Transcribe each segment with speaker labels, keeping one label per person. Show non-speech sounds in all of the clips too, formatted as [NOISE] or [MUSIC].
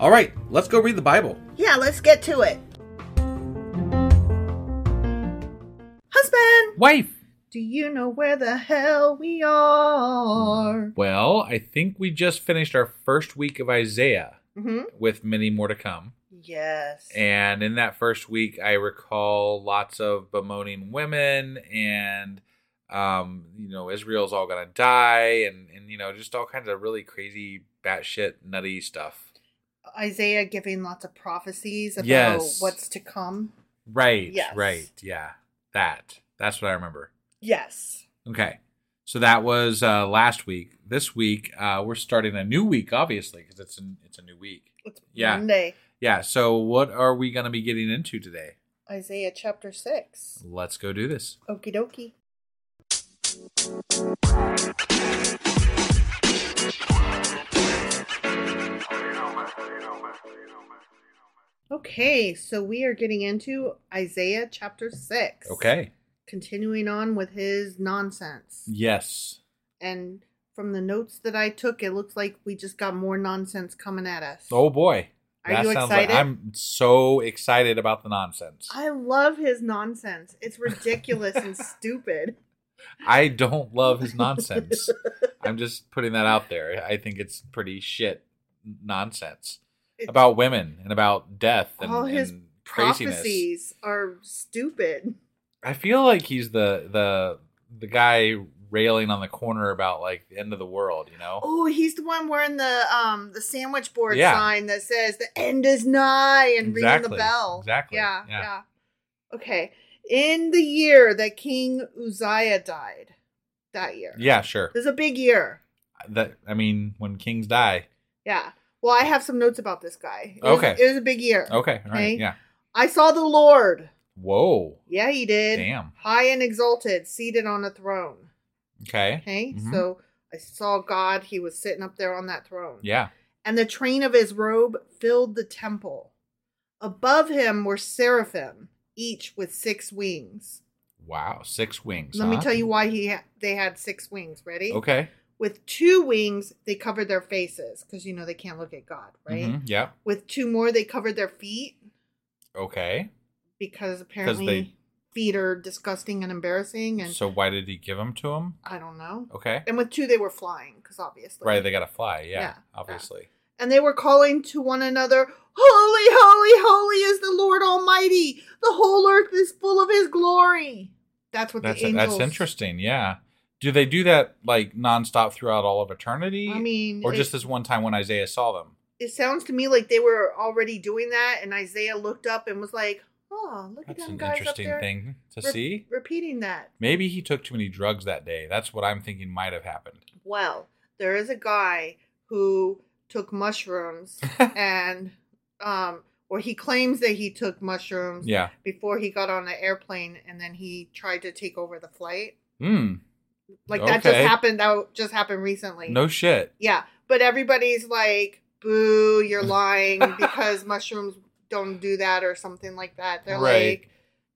Speaker 1: All right, let's go read the Bible.
Speaker 2: Yeah, let's get to it. Husband,
Speaker 1: Wife!
Speaker 2: do you know where the hell we are?
Speaker 3: Well, I think we just finished our first week of Isaiah
Speaker 2: hmm
Speaker 3: with many more to come.
Speaker 2: Yes.
Speaker 3: And in that first week, I recall lots of bemoaning women and, um, you know, Israel's all going to die and, and, you know, just all kinds of really crazy, batshit, nutty stuff.
Speaker 2: Isaiah giving lots of prophecies about
Speaker 3: Yes.
Speaker 2: what's to come.
Speaker 3: Right.
Speaker 2: Yes.
Speaker 3: Right. Yeah. That. That's what I remember.
Speaker 2: Yes.
Speaker 3: Okay. So that was uh, last week. This week, uh, we're starting a new week, obviously, because it's, an- it's a new week.
Speaker 2: It's
Speaker 3: Yeah.
Speaker 2: Monday,
Speaker 3: Yeah. So what are we going to be getting into today?
Speaker 2: Isaiah chapter 6.
Speaker 3: Let's go do this.
Speaker 2: Okie dokie. Okay, so we are getting into Isaiah chapter 6.
Speaker 3: Okay.
Speaker 2: Continuing on with his nonsense.
Speaker 3: Yes.
Speaker 2: And from the notes that I took, it looks like we just got more nonsense coming at us.
Speaker 3: Oh boy.
Speaker 2: Are you
Speaker 3: like
Speaker 2: excited?
Speaker 3: I'm so excited about the nonsense. I,
Speaker 2: I love his nonsense. It's ridiculous
Speaker 3: [LAUGHS]
Speaker 2: and stupid.
Speaker 3: don't love his
Speaker 2: [LAUGHS]
Speaker 3: nonsense. I'm just putting that out there. I think it's pretty shit nonsense
Speaker 2: It's-
Speaker 3: about women and about death and,
Speaker 2: All his
Speaker 3: and craziness.
Speaker 2: prophecies are stupid.
Speaker 3: I feel like he's the the the guy railing on the corner about like the end of the world, you know?
Speaker 2: Oh, he's the one wearing the um the sandwich board
Speaker 3: Yeah.
Speaker 2: sign that says the end is nigh and ringing
Speaker 3: Exactly.
Speaker 2: the bell.
Speaker 3: Exactly.
Speaker 2: Yeah,
Speaker 3: Yeah.
Speaker 2: yeah. Okay. In the year that King Uzziah died, that year.
Speaker 3: Yeah, sure.
Speaker 2: It was a big year.
Speaker 3: That I mean, when kings die.
Speaker 2: Yeah. Well, I have some notes about this guy. It was-
Speaker 3: Okay. Oh.
Speaker 2: It was a big year.
Speaker 3: Okay, all right,
Speaker 2: Okay?
Speaker 3: yeah.
Speaker 2: I saw the Lord.
Speaker 3: Whoa.
Speaker 2: Yeah, he did.
Speaker 3: Damn.
Speaker 2: High and exalted, seated on a throne.
Speaker 3: Okay.
Speaker 2: Okay.
Speaker 3: Mhm.
Speaker 2: So I saw God. He was sitting up there on that throne.
Speaker 3: yeah.
Speaker 2: and the train of his robe filled the temple. Above him were seraphim, each with six wings.
Speaker 3: Wow. Six wings.
Speaker 2: Let me
Speaker 3: huh?
Speaker 2: tell you why he ha- they had six wings. Ready?
Speaker 3: Okay.
Speaker 2: With two wings, they covered their faces because you know they can't look at God, right?
Speaker 3: Mhm, Yeah.
Speaker 2: With two more, they covered their feet
Speaker 3: Okay.
Speaker 2: because apparently
Speaker 3: they-
Speaker 2: feet are disgusting and embarrassing. And
Speaker 3: So why did he give them to him?
Speaker 2: I don't know.
Speaker 3: Okay.
Speaker 2: And with two, they were flying because obviously,
Speaker 3: Right, they got to fly. Yeah,
Speaker 2: Yeah,
Speaker 3: obviously.
Speaker 2: and they were calling to one another, Holy, holy, holy is the Lord Almighty. The whole earth is full of his glory. That's what
Speaker 3: That's
Speaker 2: the angels.
Speaker 3: that's interesting. Yeah. Do they do that like nonstop throughout all of eternity?
Speaker 2: I mean,
Speaker 3: or
Speaker 2: it-
Speaker 3: just this one time when Isaiah saw them?
Speaker 2: It sounds to me like they were already doing that, and Isaiah looked up and was like, Oh, look at
Speaker 3: That's
Speaker 2: them
Speaker 3: an
Speaker 2: guys up
Speaker 3: interesting
Speaker 2: there
Speaker 3: thing to
Speaker 2: re-
Speaker 3: see.
Speaker 2: Repeating that.
Speaker 3: Maybe he took too many drugs that day. That's what I'm thinking might have happened.
Speaker 2: Well, there is a guy who
Speaker 3: [LAUGHS]
Speaker 2: took mushrooms and um or he claims that he took mushrooms
Speaker 3: Yeah.
Speaker 2: before he got on the airplane and then he tried to take over the flight.
Speaker 3: Hmm.
Speaker 2: Like that just
Speaker 3: Okay.
Speaker 2: happened. That just happened recently.
Speaker 3: No shit.
Speaker 2: Yeah, but everybody's like, "Boo,
Speaker 3: [LAUGHS]
Speaker 2: you're lying because mushrooms don't do that or something like that." They're
Speaker 3: Right.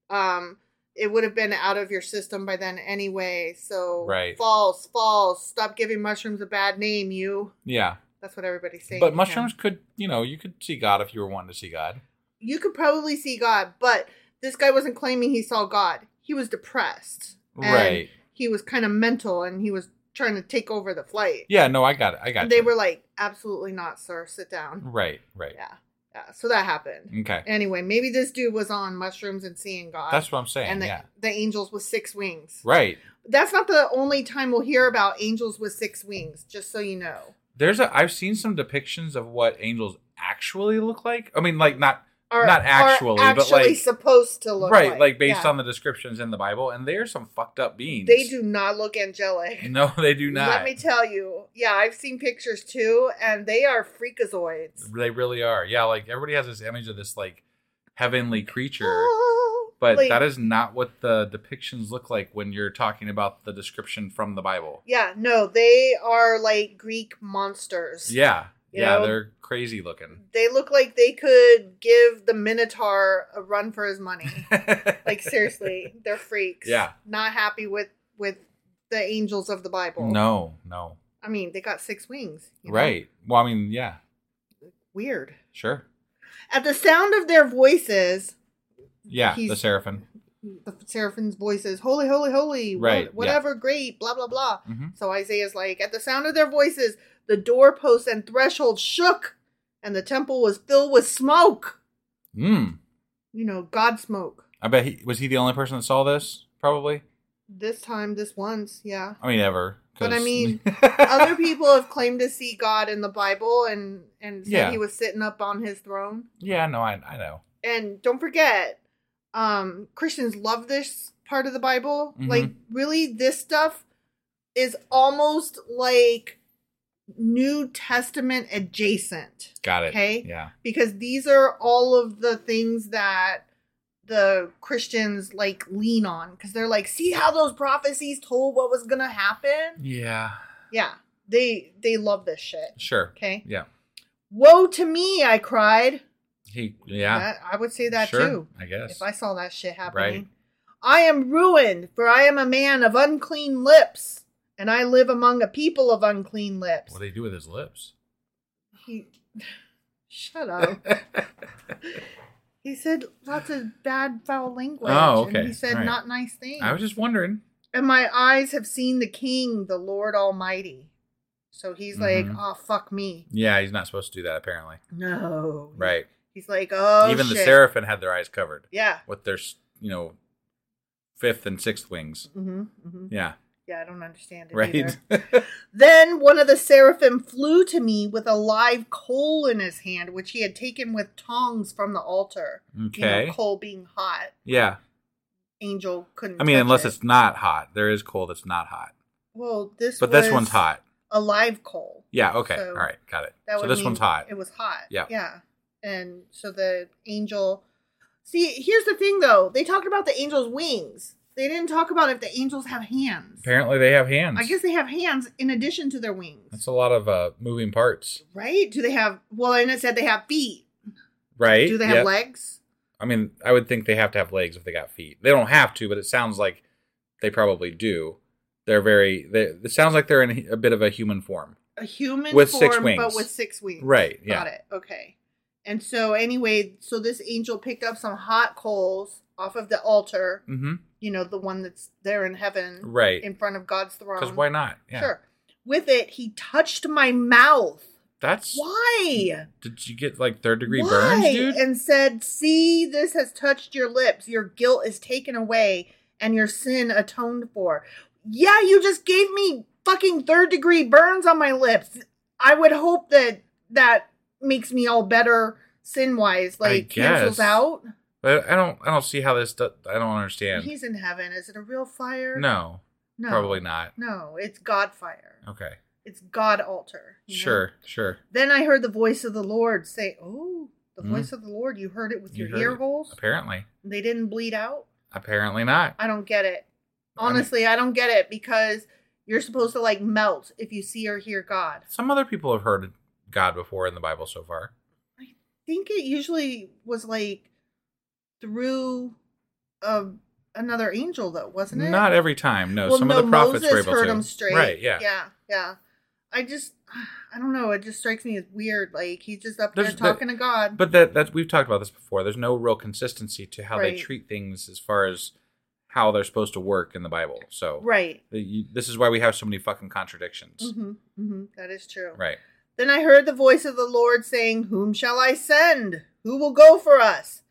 Speaker 2: like, um, it would have been out of your system by then anyway. So
Speaker 3: Right.
Speaker 2: false, false. Stop giving mushrooms a bad name, you.
Speaker 3: Yeah.
Speaker 2: That's what everybody's saying. to
Speaker 3: But
Speaker 2: him.
Speaker 3: mushrooms could, you know, you could see God if you were wanting to see God.
Speaker 2: you could probably see God, but this guy wasn't claiming he saw God. He was depressed. and
Speaker 3: Right.
Speaker 2: He was kind of mental and he was trying to take over the flight.
Speaker 3: Yeah, no, I got it. I got
Speaker 2: And they
Speaker 3: you.
Speaker 2: were like, absolutely not, sir. Sit down.
Speaker 3: Right, right.
Speaker 2: Yeah. Yeah. So that happened.
Speaker 3: Okay.
Speaker 2: Anyway, maybe this dude was on mushrooms and seeing God.
Speaker 3: That's what I'm saying.
Speaker 2: And the,
Speaker 3: yeah.
Speaker 2: the angels with six wings.
Speaker 3: Right.
Speaker 2: That's not the only time we'll hear about angels with six wings, just so you know.
Speaker 3: There's a I've seen some depictions of what angels actually look like. I mean, like not
Speaker 2: Are-
Speaker 3: not
Speaker 2: are
Speaker 3: actually, but
Speaker 2: actually
Speaker 3: like
Speaker 2: supposed to look
Speaker 3: right,
Speaker 2: like,
Speaker 3: like, based
Speaker 2: Yeah.
Speaker 3: on the descriptions in the Bible, and they are some fucked up beings.
Speaker 2: They do not look angelic.
Speaker 3: [LAUGHS] No, they do not.
Speaker 2: Let me tell you. Yeah, I've seen pictures too, and they are freakazoids.
Speaker 3: they really are. Yeah, like everybody has this image of this like heavenly creature.
Speaker 2: Oh,
Speaker 3: But
Speaker 2: like-
Speaker 3: that is not what the depictions look like when you're talking about the description from the Bible.
Speaker 2: Yeah, no, they are like Greek monsters.
Speaker 3: Yeah.
Speaker 2: You
Speaker 3: yeah,
Speaker 2: know?
Speaker 3: they're crazy looking.
Speaker 2: They look like they could give the Minotaur a run for his
Speaker 3: [LAUGHS]
Speaker 2: money. like seriously, they're freaks.
Speaker 3: Yeah.
Speaker 2: Not happy with with the angels of the Bible.
Speaker 3: No, no.
Speaker 2: I mean, they got six wings. you know?
Speaker 3: Right. Well, I mean, yeah,
Speaker 2: Weird.
Speaker 3: sure.
Speaker 2: At the sound of their voices,
Speaker 3: Yeah, the
Speaker 2: He's-
Speaker 3: seraphim.
Speaker 2: the seraphim's voices, holy, holy, holy, wha-
Speaker 3: Right, yeah.
Speaker 2: whatever, great, blah, blah, blah.
Speaker 3: Mhm.
Speaker 2: So Isaiah's like, at the sound of their voices, the doorposts and threshold shook, and the temple was filled with smoke.
Speaker 3: Mm.
Speaker 2: You know, God smoke.
Speaker 3: I bet he was he the only person that saw this? Probably.
Speaker 2: This time, this once, yeah.
Speaker 3: I mean, ever. 'cause-
Speaker 2: But I mean, other people have claimed to see God in the Bible and and said
Speaker 3: Yeah.
Speaker 2: he was sitting up on his throne.
Speaker 3: [LAUGHS] yeah, no, I, I know.
Speaker 2: and don't forget um christians love this part of the bible
Speaker 3: Mhm.
Speaker 2: like really this stuff is almost like new testament adjacent
Speaker 3: Got it.
Speaker 2: Okay.
Speaker 3: Yeah.
Speaker 2: because these are all of the things that the christians like lean on because they're like see how those prophecies told what was gonna happen
Speaker 3: Yeah.
Speaker 2: yeah they they love this shit
Speaker 3: Sure.
Speaker 2: okay
Speaker 3: Yeah.
Speaker 2: woe to me i cried
Speaker 3: He. Yeah.
Speaker 2: That- i would say that
Speaker 3: sure,
Speaker 2: too
Speaker 3: I guess.
Speaker 2: if I saw that shit happening.
Speaker 3: Right.
Speaker 2: I am ruined, for I am a man of unclean lips, and I live among a people of unclean lips.
Speaker 3: What do they do with his lips?
Speaker 2: He, [LAUGHS]
Speaker 3: [LAUGHS]
Speaker 2: shut up. he said lots of bad foul language.
Speaker 3: Oh, okay.
Speaker 2: And he said
Speaker 3: All right.
Speaker 2: not nice things.
Speaker 3: I was just wondering.
Speaker 2: and my eyes have seen the King, the Lord Almighty. So he's like,
Speaker 3: Mhm.
Speaker 2: oh fuck me.
Speaker 3: Yeah, he's not supposed to do that apparently.
Speaker 2: No.
Speaker 3: Right.
Speaker 2: He's like, Mm. oh
Speaker 3: Even the
Speaker 2: shit."
Speaker 3: seraphim had their eyes covered
Speaker 2: Yeah.
Speaker 3: with their, s- you know, fifth and sixth wings.
Speaker 2: Mm-hmm, mm-hmm.
Speaker 3: Yeah.
Speaker 2: Yeah, I don't understand it
Speaker 3: right?
Speaker 2: either. Then one of the seraphim flew to me with a live coal in his hand, which he had taken with tongs from the altar. You
Speaker 3: Okay.
Speaker 2: know, coal being hot.
Speaker 3: [LAUGHS] yeah.
Speaker 2: Angel couldn't.
Speaker 3: I mean,
Speaker 2: touch
Speaker 3: unless
Speaker 2: Mm, it.
Speaker 3: it's not hot. There is coal that's not hot.
Speaker 2: Well, this.
Speaker 3: But this
Speaker 2: was
Speaker 3: one's hot.
Speaker 2: A live coal.
Speaker 3: Yeah, okay.
Speaker 2: So
Speaker 3: All right, got it.
Speaker 2: That
Speaker 3: So
Speaker 2: would
Speaker 3: this
Speaker 2: mean
Speaker 3: one's hot.
Speaker 2: It was hot.
Speaker 3: Yeah.
Speaker 2: Yeah. And so the angel. See, here's the thing though. They talked about the angel's wings. They didn't talk about if the angels have hands.
Speaker 3: Apparently they have hands.
Speaker 2: I guess they have hands in addition to their wings.
Speaker 3: that's a lot of uh, moving parts.
Speaker 2: right? Do they have. Well, and it said they have feet.
Speaker 3: Right?
Speaker 2: Do they have
Speaker 3: Yep.
Speaker 2: legs?
Speaker 3: I mean, I would think they have to have legs if they got feet. They don't have to, but it sounds like they probably do. They're very. They, it sounds like they're in a bit of a human form.
Speaker 2: A human
Speaker 3: With
Speaker 2: form,
Speaker 3: six
Speaker 2: but
Speaker 3: wings.
Speaker 2: with six wings.
Speaker 3: Right, yeah.
Speaker 2: Got it. Okay. And so anyway, so this angel picked up some hot coals off of the altar,
Speaker 3: Mm-hmm.
Speaker 2: you know, the one that's there in heaven,
Speaker 3: Right.
Speaker 2: in front of God's throne.
Speaker 3: Because why not? Yeah.
Speaker 2: Sure. With it, he touched my mouth.
Speaker 3: That's.
Speaker 2: Why?
Speaker 3: Did you get like third degree
Speaker 2: Why?
Speaker 3: burns, dude?
Speaker 2: And said, "See, this has touched your lips. Your guilt is taken away, and your sin atoned for." Yeah, you just gave me fucking third degree burns on my lips. I would hope that that makes me all better sin wise, like cancels
Speaker 3: guess.
Speaker 2: out.
Speaker 3: but I don't. I don't see how this. Do, I don't understand.
Speaker 2: He's in heaven. Is it a real fire?
Speaker 3: No,
Speaker 2: no,
Speaker 3: probably not.
Speaker 2: No, it's God fire.
Speaker 3: Okay.
Speaker 2: It's God altar. you know?
Speaker 3: Sure. Sure.
Speaker 2: Then I heard the voice of the Lord say, "Oh, the
Speaker 3: Mhm.
Speaker 2: voice of the Lord! You heard it with
Speaker 3: You
Speaker 2: your
Speaker 3: heard
Speaker 2: ear
Speaker 3: it.
Speaker 2: holes.
Speaker 3: Apparently.
Speaker 2: They didn't bleed out.
Speaker 3: Apparently not.
Speaker 2: I don't get it.
Speaker 3: I mean-
Speaker 2: Honestly, I don't get it because you're supposed to like melt if you see or hear God.
Speaker 3: Some other people have heard God before in the Bible so far.
Speaker 2: I think it usually was like through a, another angel, though, wasn't it?
Speaker 3: Not every time. No.
Speaker 2: well,
Speaker 3: some
Speaker 2: no,
Speaker 3: of the prophets
Speaker 2: Moses
Speaker 3: were able
Speaker 2: heard
Speaker 3: to.
Speaker 2: him straight.
Speaker 3: Right. Yeah.
Speaker 2: yeah, yeah. I just, I don't know. It just strikes me as weird. Like he's just up
Speaker 3: There's the-
Speaker 2: there talking to God.
Speaker 3: But that that's we've talked about this before. There's no real consistency to how they
Speaker 2: Right.
Speaker 3: treat things as far as how they're supposed to work in the Bible. So
Speaker 2: right.
Speaker 3: the- you- this is why we have so many fucking contradictions.
Speaker 2: hmm hmm That is true.
Speaker 3: Right.
Speaker 2: Then I heard the voice of the Lord saying, Whom shall I send? Who will go for us?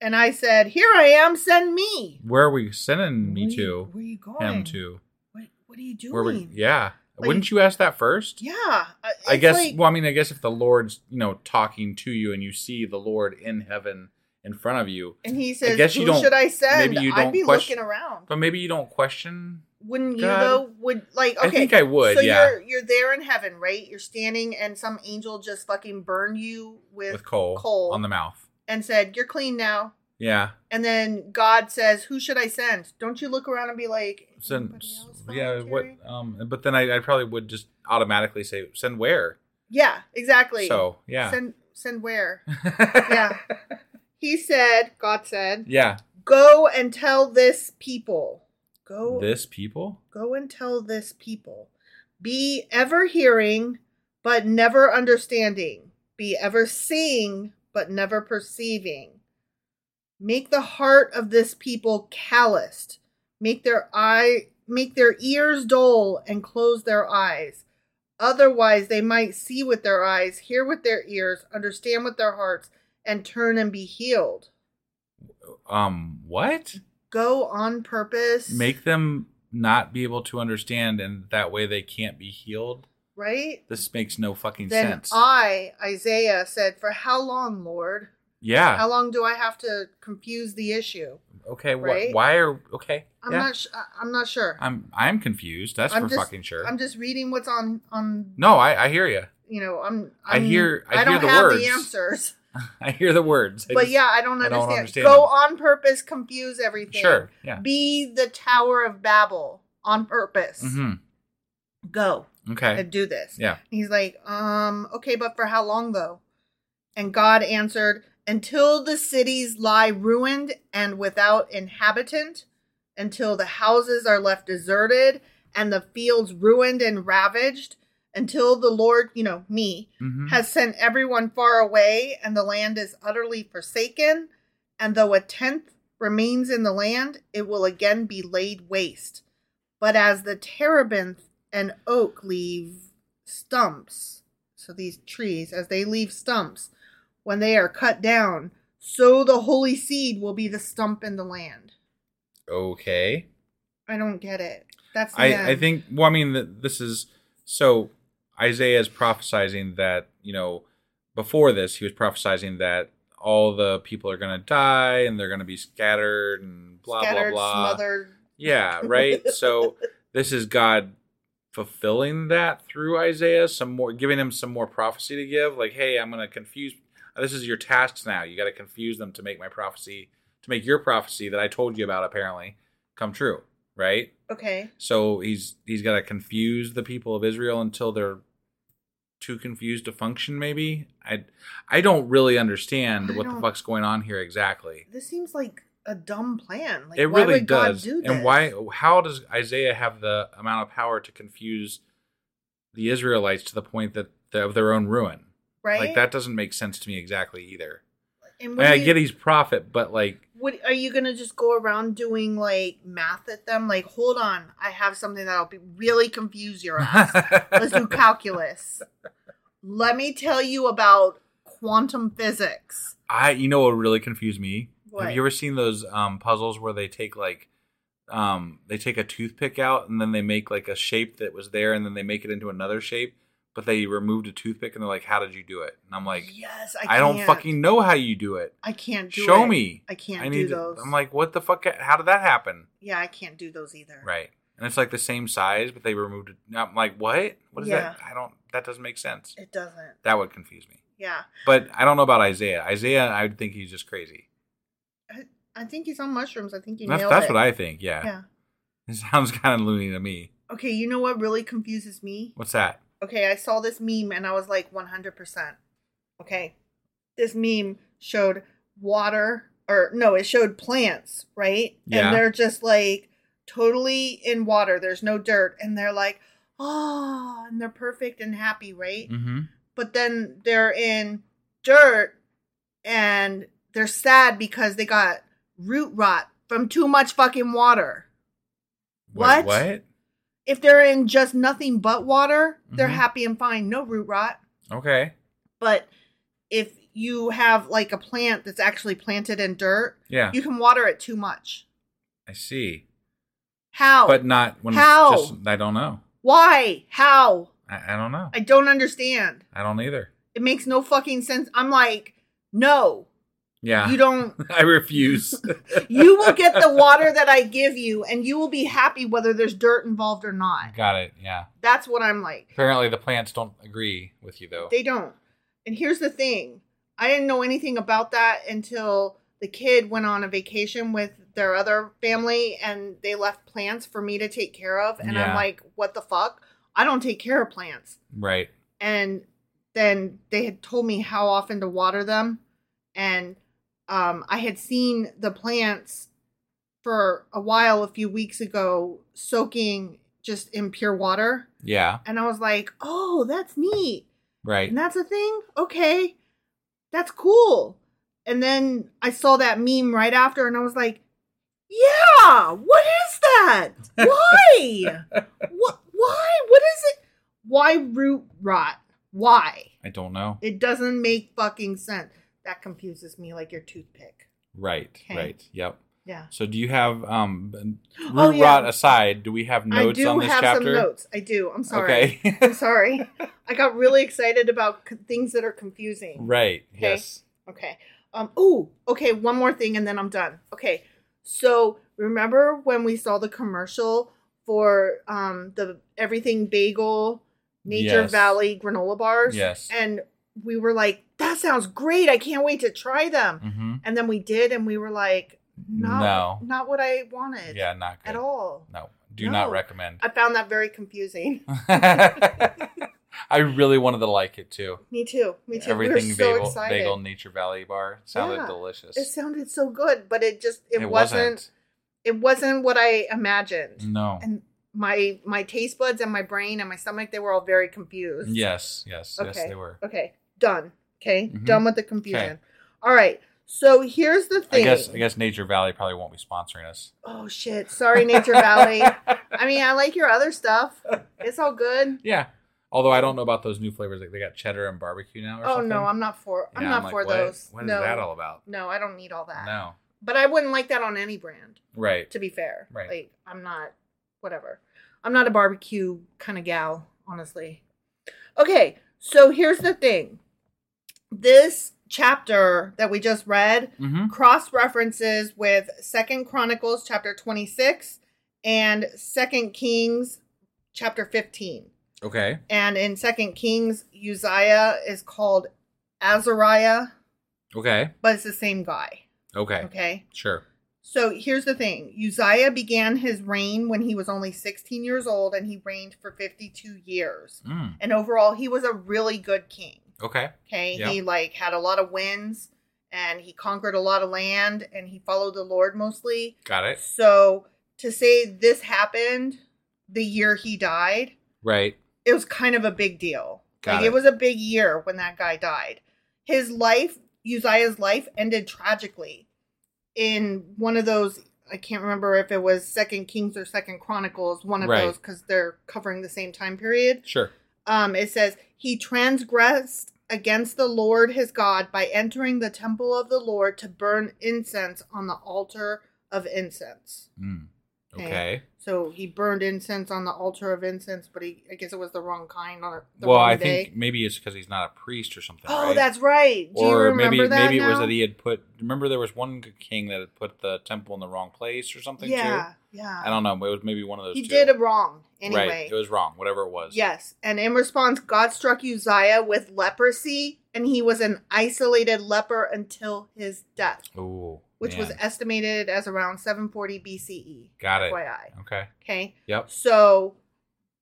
Speaker 2: And I said, Here I am, send me.
Speaker 3: Where are we sending Mm, me
Speaker 2: Where you-
Speaker 3: to?
Speaker 2: Where you going?
Speaker 3: Him to?
Speaker 2: What, what are you doing?
Speaker 3: Where we? Yeah.
Speaker 2: Like-
Speaker 3: Wouldn't you ask that first?
Speaker 2: Yeah. uh,
Speaker 3: I
Speaker 2: it's
Speaker 3: guess.
Speaker 2: like-
Speaker 3: well, I mean, I guess if the Lord's you know talking to you and you see the Lord in heaven in front of you,
Speaker 2: and he says,
Speaker 3: guess
Speaker 2: Who
Speaker 3: you don't-
Speaker 2: should I send?
Speaker 3: maybe you
Speaker 2: I'd
Speaker 3: don't
Speaker 2: be
Speaker 3: question-
Speaker 2: looking around.
Speaker 3: but maybe you don't question.
Speaker 2: Wouldn't you,
Speaker 3: God.
Speaker 2: though? Would, like,
Speaker 3: I
Speaker 2: okay.
Speaker 3: think I would,
Speaker 2: So
Speaker 3: yeah.
Speaker 2: you're, you're there in heaven, right? You're standing, and some angel just fucking burned you with,
Speaker 3: With coal, on the mouth.
Speaker 2: and said, You're clean now.
Speaker 3: Yeah.
Speaker 2: And then God says, "Who should I send?" Don't you look around and be like,
Speaker 3: Send,
Speaker 2: "Anybody else
Speaker 3: yeah, what?
Speaker 2: volunteering?"
Speaker 3: Um, but then I, I probably would just automatically say send where.
Speaker 2: Yeah, exactly.
Speaker 3: So yeah,
Speaker 2: send send
Speaker 3: [LAUGHS]
Speaker 2: where? yeah. He said, God said,
Speaker 3: yeah.
Speaker 2: "Go and tell this people. Go
Speaker 3: This people.
Speaker 2: go and tell this people. Be ever hearing, but never understanding. Be ever seeing, but never perceiving. Make the heart of this people calloused. Make their eye make their ears dull and close their eyes. Otherwise they might see with their eyes, hear with their ears, understand with their hearts, and turn and be healed.
Speaker 3: Um, what?
Speaker 2: Go on purpose.
Speaker 3: Make them not be able to understand, and that way they can't be healed.
Speaker 2: right?
Speaker 3: This makes no fucking
Speaker 2: Then
Speaker 3: sense.
Speaker 2: I, Isaiah, said, For how long, Lord?
Speaker 3: yeah.
Speaker 2: How long do I have to confuse the issue?
Speaker 3: okay. wh-
Speaker 2: right?
Speaker 3: Why are okay?
Speaker 2: I'm
Speaker 3: yeah.
Speaker 2: not. Sh- I- I'm not sure.
Speaker 3: I'm I'm confused. That's
Speaker 2: I'm
Speaker 3: for
Speaker 2: just-
Speaker 3: fucking sure.
Speaker 2: I'm just reading what's on on.
Speaker 3: no, I I hear you.
Speaker 2: You know, I'm.
Speaker 3: I
Speaker 2: I'm
Speaker 3: hear- I
Speaker 2: I don't
Speaker 3: hear the
Speaker 2: have
Speaker 3: words.
Speaker 2: the
Speaker 3: [LAUGHS]
Speaker 2: answers.
Speaker 3: [LAUGHS] I hear the words. I
Speaker 2: but
Speaker 3: just-
Speaker 2: yeah, I don't
Speaker 3: I
Speaker 2: understand.
Speaker 3: don't understand
Speaker 2: Go
Speaker 3: them.
Speaker 2: on purpose, confuse everything.
Speaker 3: Sure, yeah.
Speaker 2: Be the Tower of Babel on purpose.
Speaker 3: Mhm.
Speaker 2: Go
Speaker 3: Okay.
Speaker 2: and do this.
Speaker 3: Yeah.
Speaker 2: And he's like, um, okay, but for how long though? And God answered, until the cities lie ruined and without inhabitant, until the houses are left deserted and the fields ruined and ravaged, until the Lord, you know, me,
Speaker 3: Mhm.
Speaker 2: has sent everyone far away and the land is utterly forsaken. And though a tenth remains in the land, it will again be laid waste. But as the terebinth and oak leave stumps, so these trees, as they leave stumps, when they are cut down, so the holy seed will be the stump in the land.
Speaker 3: Okay.
Speaker 2: I don't get it. That's the
Speaker 3: I,
Speaker 2: end.
Speaker 3: I think well i mean th- this is so isaiah is prophesizing that you know before this he was prophesizing that all the people are going to die and they're going to be scattered and blah
Speaker 2: Scattered,
Speaker 3: blah blah
Speaker 2: smothered.
Speaker 3: yeah
Speaker 2: [LAUGHS]
Speaker 3: right so this is god fulfilling that through isaiah some more giving him some more prophecy to give like hey i'm going to confuse this is your tasks now you got to confuse them to make my prophecy to make your prophecy that i told you about apparently come true right
Speaker 2: Okay.
Speaker 3: so he's he's got to confuse the people of Israel until they're too confused to function. Maybe I I don't really understand
Speaker 2: I
Speaker 3: what the
Speaker 2: don't-
Speaker 3: fuck's going on here exactly.
Speaker 2: This seems like a dumb plan. Like,
Speaker 3: it
Speaker 2: why
Speaker 3: really
Speaker 2: would
Speaker 3: does.
Speaker 2: God do this?
Speaker 3: And why? How does Isaiah have the amount of power to confuse the Israelites to the point that they're of their own ruin?
Speaker 2: Right.
Speaker 3: Like that doesn't make sense to me exactly either. I,
Speaker 2: And what
Speaker 3: mean, I
Speaker 2: do you-
Speaker 3: get he's prophet, but like [LAUGHS]
Speaker 2: What are you gonna just go around doing like math at them? Like, hold on, I have something that'll be really confuse
Speaker 3: [LAUGHS]
Speaker 2: your ass. Let's do calculus. Let me tell you about quantum physics.
Speaker 3: I you know what really confused me?
Speaker 2: What?
Speaker 3: Have you ever seen those um, puzzles where they take like um, they take a toothpick out and then they make like a shape that was there and then they make it into another shape, but they removed a toothpick and they're like, "How did you do it?" And I'm like,
Speaker 2: yes, I,
Speaker 3: I, don't
Speaker 2: can't.
Speaker 3: fucking know how you do it.
Speaker 2: I can't do
Speaker 3: Show
Speaker 2: it.
Speaker 3: me.
Speaker 2: I can't
Speaker 3: need
Speaker 2: do
Speaker 3: to-"
Speaker 2: those.
Speaker 3: I'm like, what the fuck? How did that happen?
Speaker 2: yeah, I can't do those either.
Speaker 3: Right. And it's like the same size, but they removed it. And I'm like, what? What is that?
Speaker 2: Yeah.
Speaker 3: I don't. That doesn't make sense.
Speaker 2: It doesn't.
Speaker 3: That would confuse me.
Speaker 2: Yeah,
Speaker 3: But I don't know about Isaiah. Isaiah, I would think he's just crazy.
Speaker 2: I, I think he's on mushrooms. I think he
Speaker 3: That's,
Speaker 2: nailed
Speaker 3: that's
Speaker 2: it.
Speaker 3: what I think. Yeah.
Speaker 2: Yeah.
Speaker 3: [LAUGHS] It sounds kind of loony to me.
Speaker 2: Okay, you know what really confuses me?
Speaker 3: What's that?
Speaker 2: okay, I saw this meme and I was like 100%. Okay. This meme showed water or no, it showed plants, right?
Speaker 3: Yeah.
Speaker 2: And they're just like totally in water. There's no dirt and they're like, "Oh, and they're perfect and happy, right?"
Speaker 3: Mm-hmm.
Speaker 2: But then they're in dirt and they're sad because they got root rot from too much fucking water. What?
Speaker 3: What?
Speaker 2: If they're in just nothing but water, they're
Speaker 3: Mhm.
Speaker 2: happy and fine, no root rot.
Speaker 3: Okay.
Speaker 2: but if you have like a plant that's actually planted in dirt,
Speaker 3: Yeah.
Speaker 2: you can water it too much.
Speaker 3: I see.
Speaker 2: How?
Speaker 3: But not when
Speaker 2: How?
Speaker 3: it's just, I don't know.
Speaker 2: Why? How?
Speaker 3: I, I don't know.
Speaker 2: I don't understand.
Speaker 3: I don't either.
Speaker 2: It makes no fucking sense. I'm like, no,
Speaker 3: Yeah.
Speaker 2: you don't.
Speaker 3: [LAUGHS] I
Speaker 2: [LAUGHS]
Speaker 3: refuse.
Speaker 2: You will get the water that I give you, and you will be happy whether there's dirt involved or not.
Speaker 3: Got it. Yeah.
Speaker 2: That's what I'm like.
Speaker 3: Apparently the plants don't agree with you though.
Speaker 2: They don't. And here's the thing I didn't know anything about that until the kid went on a vacation with their other family and they left plants for me to take care of. And
Speaker 3: Yeah.
Speaker 2: I'm like, what the fuck? I don't take care of plants.
Speaker 3: right.
Speaker 2: And then they had told me how often to water them. And um, I had seen the plants for a while, a few weeks ago, soaking just in pure water.
Speaker 3: Yeah.
Speaker 2: And I was like, oh, that's neat.
Speaker 3: Right.
Speaker 2: And that's a thing? Okay. That's cool. And then I saw that meme right after and I was like, yeah, what is that? Why?
Speaker 3: [LAUGHS]
Speaker 2: what, why? What is it? Why root rot? Why?
Speaker 3: I don't know.
Speaker 2: It doesn't make fucking sense. That confuses me like your toothpick.
Speaker 3: Right.
Speaker 2: Okay.
Speaker 3: Right. Yep.
Speaker 2: Yeah.
Speaker 3: So do you have um root
Speaker 2: [GASPS] Oh, yeah.
Speaker 3: rot aside, do we have
Speaker 2: I
Speaker 3: notes
Speaker 2: do
Speaker 3: on this
Speaker 2: have
Speaker 3: chapter?
Speaker 2: some notes. I do. I'm sorry.
Speaker 3: Okay. [LAUGHS]
Speaker 2: I'm sorry. I got really excited about c- things that are confusing.
Speaker 3: right.
Speaker 2: Okay.
Speaker 3: Yes.
Speaker 2: Okay. Um. Ooh. Okay. One more thing, and then I'm done. Okay. So remember when we saw the commercial for um the everything bagel, Nature
Speaker 3: Yes.
Speaker 2: Valley granola bars?
Speaker 3: Yes.
Speaker 2: And we were like, that sounds great. I can't wait to try them.
Speaker 3: Mhm.
Speaker 2: And then we did, and we were like, no,
Speaker 3: No.
Speaker 2: not what I wanted.
Speaker 3: Yeah, not good.
Speaker 2: At all.
Speaker 3: No. Do not
Speaker 2: No.
Speaker 3: recommend.
Speaker 2: I found that very confusing. [LAUGHS]
Speaker 3: [LAUGHS] I really wanted to like it too.
Speaker 2: Me too. Me too. we
Speaker 3: Everything
Speaker 2: were so
Speaker 3: bagel,
Speaker 2: excited.
Speaker 3: bagel Nature Valley bar sounded
Speaker 2: Yeah.
Speaker 3: delicious.
Speaker 2: It sounded so good, but it just it, wasn't it wasn't what I imagined.
Speaker 3: No.
Speaker 2: And my my taste buds and my brain and my stomach, they were all very confused.
Speaker 3: yes, yes, yes, they were.
Speaker 2: Okay. Done. Okay.
Speaker 3: Mhm.
Speaker 2: Done with the confusion.
Speaker 3: Okay.
Speaker 2: All right. So here's the
Speaker 3: I
Speaker 2: thing.
Speaker 3: guess I guess Nature Valley probably won't be sponsoring us.
Speaker 2: Oh shit. Sorry, Nature Valley. I mean, I like your other stuff. It's all good.
Speaker 3: [LAUGHS] Yeah. Although I don't know about those new flavors, like they got cheddar and barbecue now. [LAUGHS] Or
Speaker 2: Oh
Speaker 3: something.
Speaker 2: no, I'm not for I'm
Speaker 3: Yeah,
Speaker 2: not
Speaker 3: like,
Speaker 2: for
Speaker 3: what-
Speaker 2: those.
Speaker 3: What is
Speaker 2: no.
Speaker 3: that all about?
Speaker 2: No, I don't need all that.
Speaker 3: No.
Speaker 2: But I wouldn't like that on any brand,
Speaker 3: Right.
Speaker 2: to be fair.
Speaker 3: Right.
Speaker 2: Like I'm not whatever. I'm not a barbecue kind of gal, honestly. Okay, so here's the thing. This chapter that we just read
Speaker 1: Mm-hmm.
Speaker 2: cross references with Second Chronicles chapter 26 and Second Kings chapter 15.
Speaker 3: Okay.
Speaker 2: And in Second Kings, Uzziah is called Azariah,
Speaker 3: Okay.
Speaker 2: but it's the same guy.
Speaker 3: Okay.
Speaker 2: Okay.
Speaker 3: Sure.
Speaker 2: So here's the thing Uzziah began his reign when he was only 16 years old and he reigned for 52 years.
Speaker 3: Mm.
Speaker 2: And overall, he was a really good king.
Speaker 3: Okay.
Speaker 2: Okay.
Speaker 3: Yeah.
Speaker 2: He like had a lot of wins and he conquered a lot of land and he followed the Lord mostly.
Speaker 3: Got it.
Speaker 2: So to say this happened the year he died,
Speaker 3: Right.
Speaker 2: it was kind of a big deal.
Speaker 3: Got
Speaker 2: like
Speaker 3: it.
Speaker 2: it. was a big year when that guy died. His life, Uzziah's life, ended tragically in one of those. I can't remember if it was Second Kings or Second Chronicles, one of
Speaker 3: Right.
Speaker 2: those, because they're covering the same time period.
Speaker 3: Sure.
Speaker 2: Um, it says he transgressed against the Lord his God by entering the temple of the Lord to burn incense on the altar of incense.
Speaker 3: Mm.
Speaker 2: Okay.
Speaker 3: Okay.
Speaker 2: So he burned incense on the altar of incense, but he I guess it was the wrong kind on the
Speaker 3: Well,
Speaker 2: wrong
Speaker 3: I
Speaker 2: day.
Speaker 3: think maybe it's because he's not a priest or something.
Speaker 2: oh,
Speaker 3: right?
Speaker 2: that's right. Do you
Speaker 3: or
Speaker 2: remember
Speaker 3: maybe
Speaker 2: that?
Speaker 3: maybe it was E
Speaker 2: now?
Speaker 3: that he had put. Remember, there was one king that had put the temple in the wrong place or something.
Speaker 2: Yeah,
Speaker 3: Too?
Speaker 2: yeah.
Speaker 3: I don't know. It was maybe one of those.
Speaker 2: He
Speaker 3: two.
Speaker 2: did it wrong anyway.
Speaker 3: Right. It was wrong. Whatever it was.
Speaker 2: Yes. And in response, God struck Uzziah with leprosy, and he was an isolated leper until his death.
Speaker 3: Ooh.
Speaker 2: which was
Speaker 3: man.
Speaker 2: estimated as around 740 BCE.
Speaker 3: Got it.
Speaker 2: FYI.
Speaker 3: Okay.
Speaker 2: Okay.
Speaker 3: Yep.
Speaker 2: So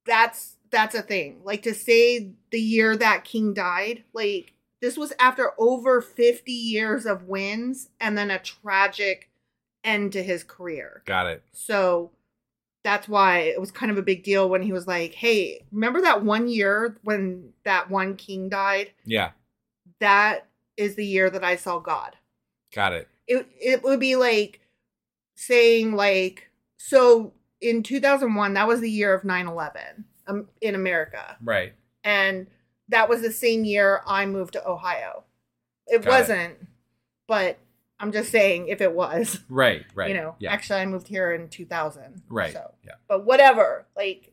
Speaker 2: that's that's a thing. Like to say the year that king died, like this was after over 50 years of wins and then a tragic end to his career.
Speaker 3: Got it.
Speaker 2: So that's why it was kind of a big deal when he was like, "Hey, remember that one year when that one king died?
Speaker 3: Yeah.
Speaker 2: That is the year that I saw God."
Speaker 3: Got it.
Speaker 2: it it would be like saying like so in 2001 that was the year of 9/11 um, in America
Speaker 3: Right.
Speaker 2: and that was the same year I moved to Ohio.
Speaker 3: Got
Speaker 2: It
Speaker 3: it.
Speaker 2: wasn't but I'm just saying if it was [LAUGHS]
Speaker 3: Right. Right.
Speaker 2: you know
Speaker 3: Yeah.
Speaker 2: actually I moved here in 2000
Speaker 3: Right.
Speaker 2: so
Speaker 3: Yeah.
Speaker 2: but whatever like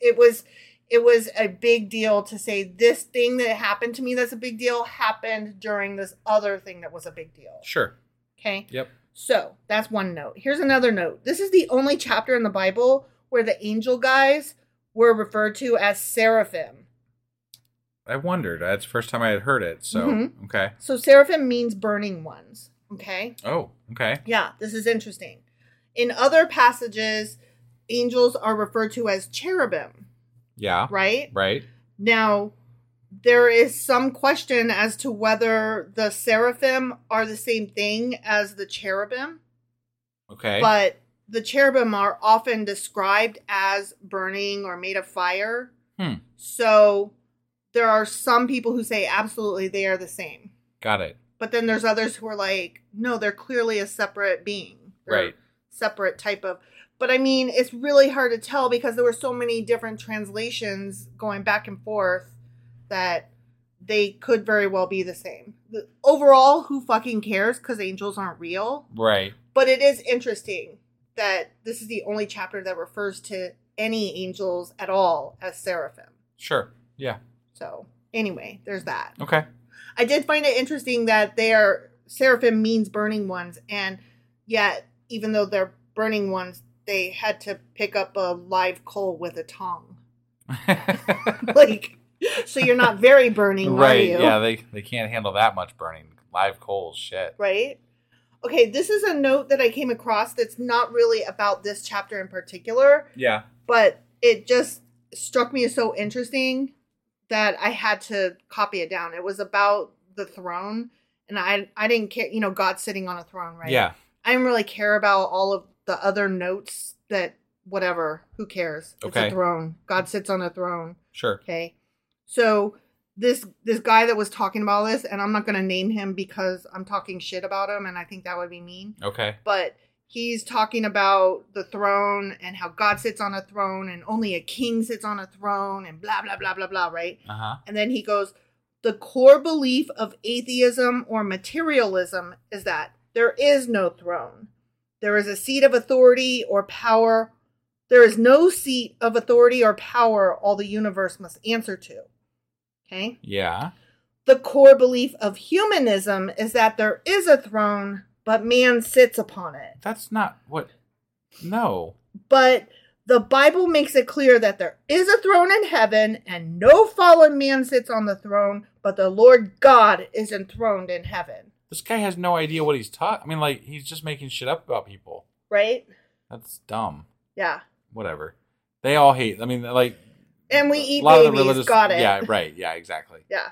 Speaker 2: it was it was a big deal to say this thing that happened to me that's a big deal happened during this other thing that was a big deal
Speaker 3: Sure.
Speaker 2: okay
Speaker 3: Yep.
Speaker 2: so that's one note. Here's another note. This is the only chapter in the Bible where the angel guys were referred to as seraphim.
Speaker 3: I wondered. That's the first time I had heard it. So
Speaker 2: Mhm.
Speaker 3: okay.
Speaker 2: So seraphim means burning ones. Okay.
Speaker 3: Oh. Okay.
Speaker 2: Yeah, this is interesting. In other passages, angels are referred to as cherubim,
Speaker 3: Yeah.
Speaker 2: right?
Speaker 3: Right.
Speaker 2: Now, there is some question as to whether the seraphim are the same thing as the cherubim.
Speaker 3: Okay.
Speaker 2: but the cherubim are often described as burning or made of fire.
Speaker 3: hmm.
Speaker 2: So there are some people who say absolutely they are the same.
Speaker 3: Got it.
Speaker 2: But then there's others who are like, no, they're clearly a separate being. They're a
Speaker 3: Right.
Speaker 2: Separate type of. But I mean, it's really hard to tell because there were so many different translations going back and forth that they could very well be the same. The- Overall, who fucking cares? Because angels aren't real
Speaker 3: Right.
Speaker 2: but it is interesting that this is the only chapter that refers to any angels at all as seraphim.
Speaker 3: Sure. Yeah.
Speaker 2: So, anyway, there's that. [LAUGHS]
Speaker 3: Okay.
Speaker 2: I did find it interesting that they are seraphim means burning ones, and yet, even though they're burning ones, they had to pick up a live coal with a tongue. [LAUGHS] Like, so you're not
Speaker 3: [LAUGHS]
Speaker 2: very burning, Are
Speaker 3: right.
Speaker 2: you?
Speaker 3: Yeah. They they can't handle that much burning. Live coals. Shit.
Speaker 2: right? Okay, this is a note that I came across that's not really about this chapter in particular,
Speaker 3: Yeah.
Speaker 2: but it just struck me as so interesting that I had to copy it down. It was about the throne, and I I didn't care, you know, God sitting on a throne, right?
Speaker 3: Yeah.
Speaker 2: I didn't really care about all of the other notes that whatever. Who cares?
Speaker 3: Okay.
Speaker 2: It's a throne. God sits on a throne.
Speaker 3: Sure.
Speaker 2: Okay. So this this guy that was talking about this, and I'm not gonna name him because I'm talking shit about him, and I think that would be mean
Speaker 3: Okay.
Speaker 2: but he's talking about the throne and how God sits on a throne and only a king sits on a throne and blah blah blah blah blah, right?
Speaker 3: Uh huh.
Speaker 2: And then he goes, the core belief of atheism or materialism is that there is no throne. There is a seat of authority or power There is no seat of authority or power all the universe must answer to. Okay?
Speaker 3: Yeah.
Speaker 2: The core belief of humanism is that there is a throne, but man sits upon it.
Speaker 3: That's not what. No.
Speaker 2: But the Bible makes it clear that there is a throne in heaven and no fallen man sits on the throne, but the Lord God is enthroned in heaven,
Speaker 3: This guy has no idea what he's taught. I mean, like, he's just making shit up about people.
Speaker 2: right?
Speaker 3: That's dumb.
Speaker 2: Yeah.
Speaker 3: Whatever. They all hate. I mean, like.
Speaker 2: And we
Speaker 3: a
Speaker 2: eat
Speaker 3: lot of the
Speaker 2: babies,
Speaker 3: religious-
Speaker 2: got it.
Speaker 3: Yeah, right. Yeah, exactly.
Speaker 2: Yeah.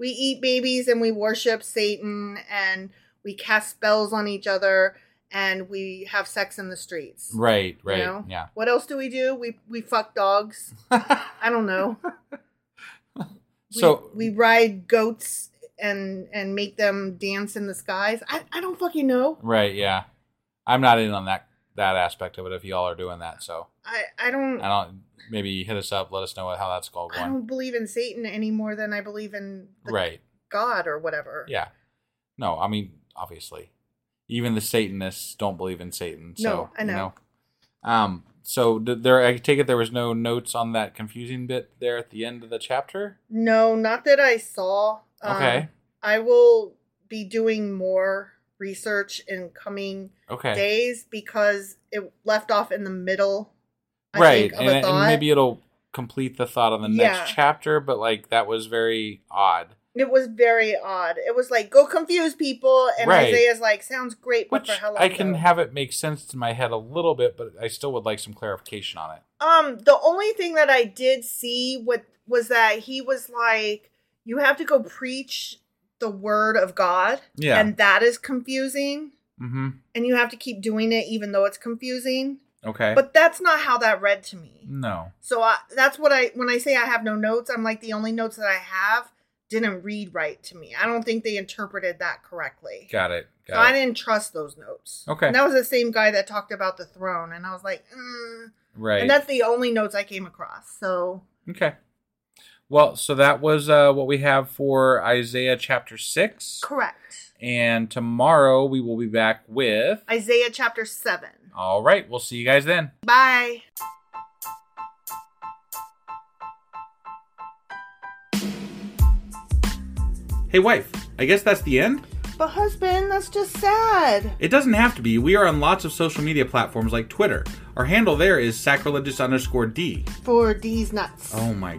Speaker 2: We eat babies and we worship Satan and we cast spells on each other and we have sex in the streets.
Speaker 3: Right,
Speaker 2: you
Speaker 3: right.
Speaker 2: know?
Speaker 3: Yeah.
Speaker 2: What else do we do? We we fuck dogs.
Speaker 3: [LAUGHS]
Speaker 2: I don't know. We,
Speaker 3: so,
Speaker 2: we ride goats and and make them dance in the skies. I, I don't fucking know.
Speaker 3: right, yeah. I'm not in on that that aspect of it if y'all are doing that. So,
Speaker 2: I, I don't
Speaker 3: I don't. Maybe hit us up. Let us know how that's all
Speaker 2: I
Speaker 3: going.
Speaker 2: don't believe in Satan any more than I believe in the
Speaker 3: Right.
Speaker 2: God or whatever.
Speaker 3: Yeah. No, I mean, obviously, even the Satanists don't believe in Satan. So,
Speaker 2: No, I
Speaker 3: you
Speaker 2: know.
Speaker 3: Um. So th- there, I take it there was no notes on that confusing bit there at the end of the chapter.
Speaker 2: No, not that I saw. Um,
Speaker 3: Okay.
Speaker 2: I will be doing more research in coming
Speaker 3: Okay.
Speaker 2: days because it left off in the middle. I
Speaker 3: right,
Speaker 2: think, of
Speaker 3: and,
Speaker 2: a
Speaker 3: and
Speaker 2: thought.
Speaker 3: maybe it'll complete the thought on the
Speaker 2: Yeah.
Speaker 3: next chapter. But like that was very odd.
Speaker 2: it was very odd. It was like go confuse people, and
Speaker 3: Right.
Speaker 2: Isaiah's like sounds great, but
Speaker 3: Which
Speaker 2: for how long?
Speaker 3: I can
Speaker 2: though?
Speaker 3: have it make sense to my head a little bit, but I still would like some clarification on it.
Speaker 2: Um, the only thing that I did see what was that he was like, you have to go preach the word of God,
Speaker 3: Yeah.
Speaker 2: and that is confusing,
Speaker 3: Mm-hmm.
Speaker 2: and you have to keep doing it even though it's confusing.
Speaker 3: Okay. Mm.
Speaker 2: But that's not how that read to me.
Speaker 3: no.
Speaker 2: So I, that's what I when I say I have no notes, I'm like the only notes that I have didn't read right to me. I don't think they interpreted that correctly.
Speaker 3: Got it. Got
Speaker 2: So I
Speaker 3: it.
Speaker 2: didn't trust those notes.
Speaker 3: Okay.
Speaker 2: and that was the same guy that talked about the throne, and I was like, mm.
Speaker 3: Right.
Speaker 2: and that's the only notes I came across. So
Speaker 3: Okay. Well, so that was uh, what we have for Isaiah chapter 6.
Speaker 2: correct.
Speaker 3: And tomorrow we will be back with.
Speaker 2: Isaiah chapter seven.
Speaker 3: All right. We'll see you guys then.
Speaker 2: Bye.
Speaker 3: Hey, wife, I guess that's the end?
Speaker 2: But husband, that's just sad.
Speaker 3: It doesn't have to be. We are on lots of social media platforms like Twitter. Our handle there is sacrilegious underscore D.
Speaker 2: For these nuts.
Speaker 3: Oh my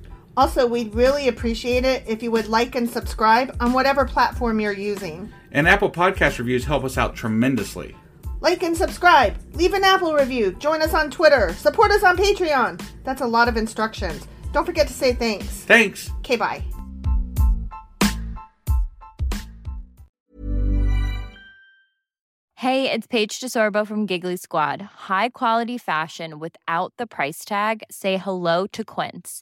Speaker 2: Also, we'd really appreciate it if you would like and subscribe on whatever platform you're using.
Speaker 3: And Apple Podcast reviews help us out tremendously.
Speaker 2: Like and subscribe, leave an Apple review, join us on Twitter, support us on Patreon. That's a lot of instructions. Don't forget to say thanks.
Speaker 3: Thanks!
Speaker 2: Okay, bye.
Speaker 4: Hey, it's Paige DeSorbo from Giggly Squad. High quality fashion without the price tag. Say hello to Quince.